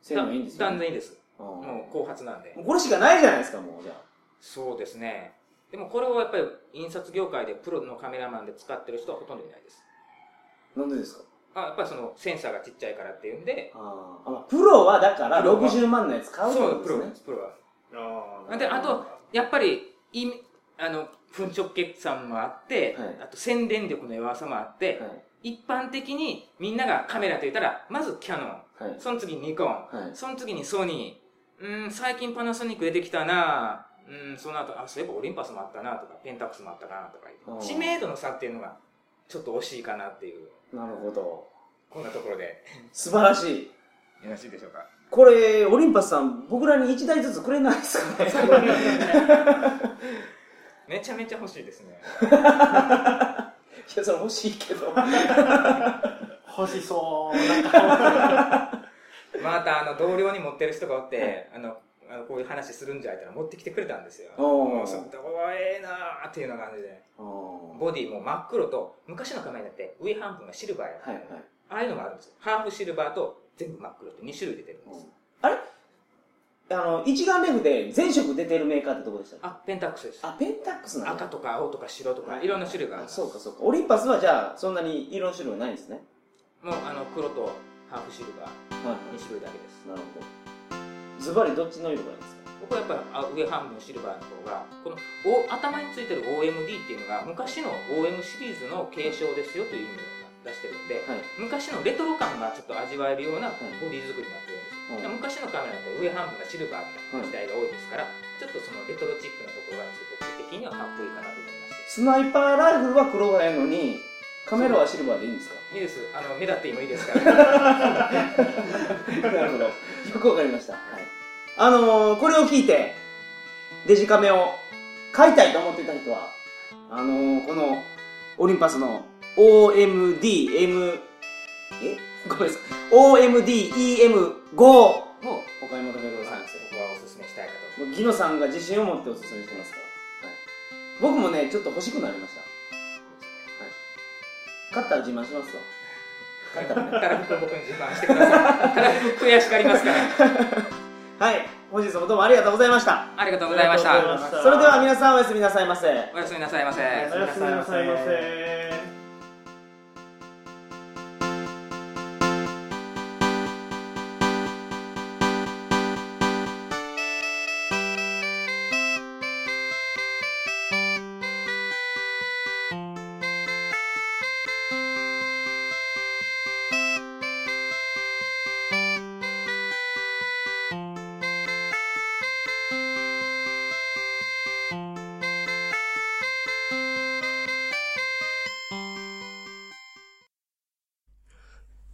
S1: 性能いいんですよ、ね、
S2: 断然いいです
S1: うん
S2: もう後発なんで
S1: もうこれしかないじゃないですかもうじゃあ
S2: そうですねでもこれをやっぱり印刷業界でプロのカメラマンで使ってる人はほとんどいないです
S1: なんでですか
S2: あやっぱりそのセンサーがちっちゃいからっていうんで
S1: あーあまあプロはだから
S2: プロは
S1: 60万のやつ買うって
S2: そ
S1: こと
S2: う
S1: で
S2: プ
S1: す
S2: ロ
S1: ね
S2: ですプロは
S3: あ
S2: であとやっぱりいあの粉直決算もあって、
S1: はい
S2: あと宣伝力の弱さもあって、一般的にみんながカメラと言ったらまずキャノ
S1: はいはい
S2: ンその次にニコン
S1: はい
S2: その次にソニーうーん最近パナソニック出てきたなうんその後あそういえばオリンパスもあったなとかペンタックスもあったなとか
S1: あ
S2: 言
S1: ー
S2: って知名度の差っていうのがちょっと惜しいかなっていう
S1: なるほど
S2: こんなところで
S1: 素晴らしい
S2: よろしいでしょうか
S1: これオリンパスさん僕らに1台ずつくれないですかね
S2: めちゃめちゃ欲しいですね
S1: いやそれ欲しいけど
S4: 欲しそう。
S2: またあの同僚に持ってる人がおって、あのあのこういう話するんじゃいって言ったら持ってきてくれたんですよ
S1: おー
S2: もうそこええなーっていうような感じでボディも真っ黒と昔のカメラって上半分がシルバーやっ
S1: はいは
S2: たの、
S1: い
S2: ああいうのがあるんですよハーフシルバーと全部真っ黒って2種類出てるんです、
S1: あれあの一眼レフで全色出てるメーカーってどこでしたっけ
S2: あペンタックスです
S1: あペンタックスなんだ
S2: 赤とか青とか白とかいろんな種類がある
S1: あそうかそうかオリンパスはじゃあそんなに色の種類はないんですね
S2: もうあの黒とハーフシルバー
S1: は
S2: 2種類だけです
S1: いなるほどズバリどっちの色がいいですか
S2: 僕はやっぱりあ上半分シルバーの方がこのお頭についてる OMD っていうのが昔の OM シリーズの継承ですよという意味を出してるんで
S1: はい
S2: 昔のレトロ感がちょっと味わえるようなボディ作りになってるんです
S1: うん
S2: で昔のカメラって上半分がシルバーの時代が多いですから、ちょっとそのレトロチックなところが僕的にはかっこいいかなと思いまし
S1: スナイパーライフルは黒がええのにカメラはシルバーでいいんですか
S2: ていいですあの目立ってもいいですから
S1: なるほど。よくわかりました。はい。あのー、これを聞いて、デジカメを買いたいと思っていた人は、あのー、この、オリンパスの OMDM、えごめんなさい。OMDEM5 を
S2: もう
S1: お買い求めくださ
S2: まあ
S1: いませ。
S2: 僕はおすすめしたいかと
S1: もうギノさんが自信を持っておすすめしてますから。はい。僕もね、ちょっと欲しくなりました。はい。買ったら自慢しますわ。買ったらね。
S2: たら僕に自慢してくださいたら僕悔しがりますから
S1: はい。本日もどうもありがとうございました。
S2: ありがとうございました
S3: ありがとうございました
S1: それでは皆さんおやすみなさいませ。
S2: おやすみなさいませ、
S3: おやすみなさいませ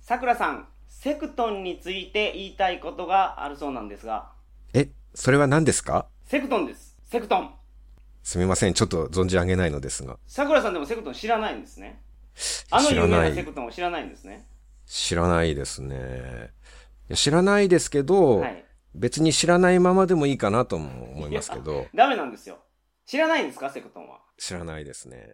S1: さくらさん、セクトンについて言いたいことがあるそうなんですが、
S5: え、それは何ですか
S1: セクトンです。セクトン。
S5: すみません、ちょっと存じ上げないのですが。
S1: さくらさんでもセクトン知らないんですね。あの有名
S5: 知らな
S1: ないセクトンを知らないんですね。
S5: 知らないですね。いや知らないですけど、
S1: はい。
S5: 別に知らないままでもいいかなとも思いますけど、
S1: ダメなんですよ。知らないんですか、セクトンは。
S5: 知らないですね。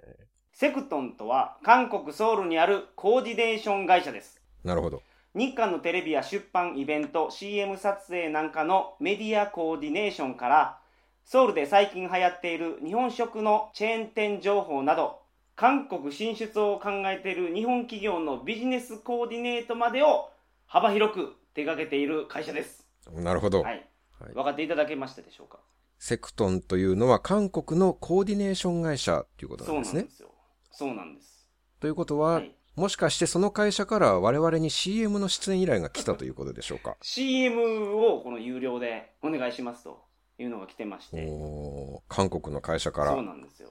S1: セクトンとは、韓国ソウルにあるコーディネーション会社です。
S5: なるほど。
S1: 日韓のテレビや出版イベント CM 撮影なんかのメディアコーディネーションからソウルで最近流行っている日本食のチェーン店情報など韓国進出を考えている日本企業のビジネスコーディネートまでを幅広く手掛けている会社です、
S5: なるほど。
S1: はい、
S5: はい
S1: 分かっていただけましたでしょうか
S5: セクトンというのは韓国のコーディネーション会社ということ
S1: そう
S5: なん
S1: なん
S5: ですね。
S1: ですよそうなんです
S5: ということは、
S1: はい
S5: もしかしてその会社から我々に CM の出演依頼が来たということでしょうか
S1: CM をこの有料でお願いしますというのが来てまして
S5: おー韓国の会社か
S1: そう
S5: ら
S1: なんですよ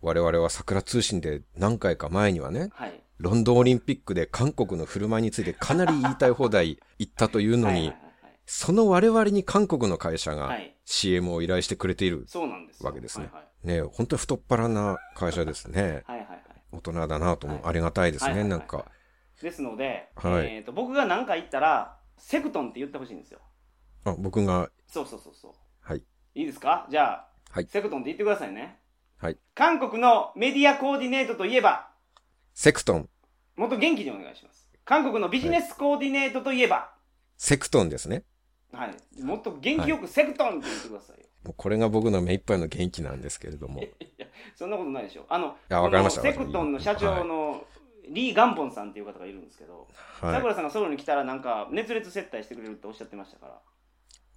S5: 我々は桜通信で何回か前にはね
S1: はい
S5: ロンドンオリンピックで韓国の振る舞いについてかなり言いたい放題言ったというの
S1: はいはい
S5: に
S1: はいはい
S5: その我々に韓国の会社
S1: は
S5: が
S1: い
S5: CM を依頼してくれている。
S1: そうなんですよ
S5: わけですね
S1: はい。
S5: ね本当に太っ腹な会社ですね
S1: はいはいはいはい
S5: 大人だなと思う。
S1: はい
S5: ありがたいです
S1: はい
S5: ね、
S1: はい
S5: な
S1: はい
S5: んか。
S1: ですので、
S5: はい
S1: えー、と僕が何か言ったらセクトンって言ってほしいんですよ
S5: あ、僕が、
S1: そうそうそうそう
S5: はい。
S1: いいですかじゃあ、
S5: はい
S1: セクトンって言ってくださいね
S5: はい
S1: 韓国のメディアコーディネートといえば
S5: セクトン。
S1: もっと元気にお願いします韓国のビジネスコーディネートといえば、
S5: セクトンですね。
S1: はいもっと元気よくセクトンって言ってくださいよ、
S5: もうこれが僕の目いっぱいの元気なんですけれど も。
S1: そんなことないでしょあの
S5: やわかりました
S1: このセクトンの社長のリー・ガンポンさんっていう方がいるんですけど
S5: は
S1: さく
S5: い。
S1: らさんがソウルに来たらなんか熱烈接待してくれるっておっしゃってましたか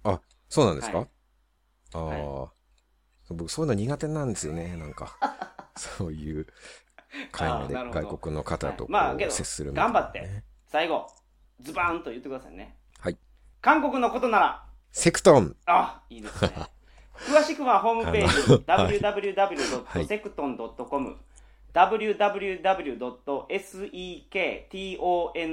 S1: ら
S5: そうなんです
S1: は
S5: か
S1: い
S5: ああー。僕、そういうの苦手なんですよね、なん か。そういう、海外で
S1: あーなるほど
S5: 外国の方と
S1: は
S5: こ
S1: いまあけ
S5: う
S1: ど
S5: 接するみたいなね
S1: 頑張って。最後ズバーンと言ってくださいね
S5: はい
S1: 韓国のことなら
S5: セクトン
S1: あいい ですね詳しくはホームペ
S5: あのはいはい
S1: ージ www.secton.com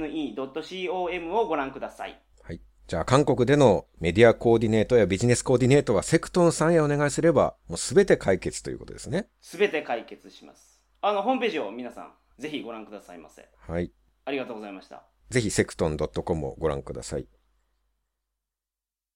S1: www.sekton.com をご覧ください
S5: はい。じゃあ、韓国でのメディアコーディネートやビジネスコーディネートはセクトンさんへお願いすれば、もうすべて解決ということですね。
S1: すべて解決しますあのホームページを皆さんぜひご覧くださいませ
S5: はい。
S1: ありがとうございました
S5: ぜひ、セクトン .com をご覧ください。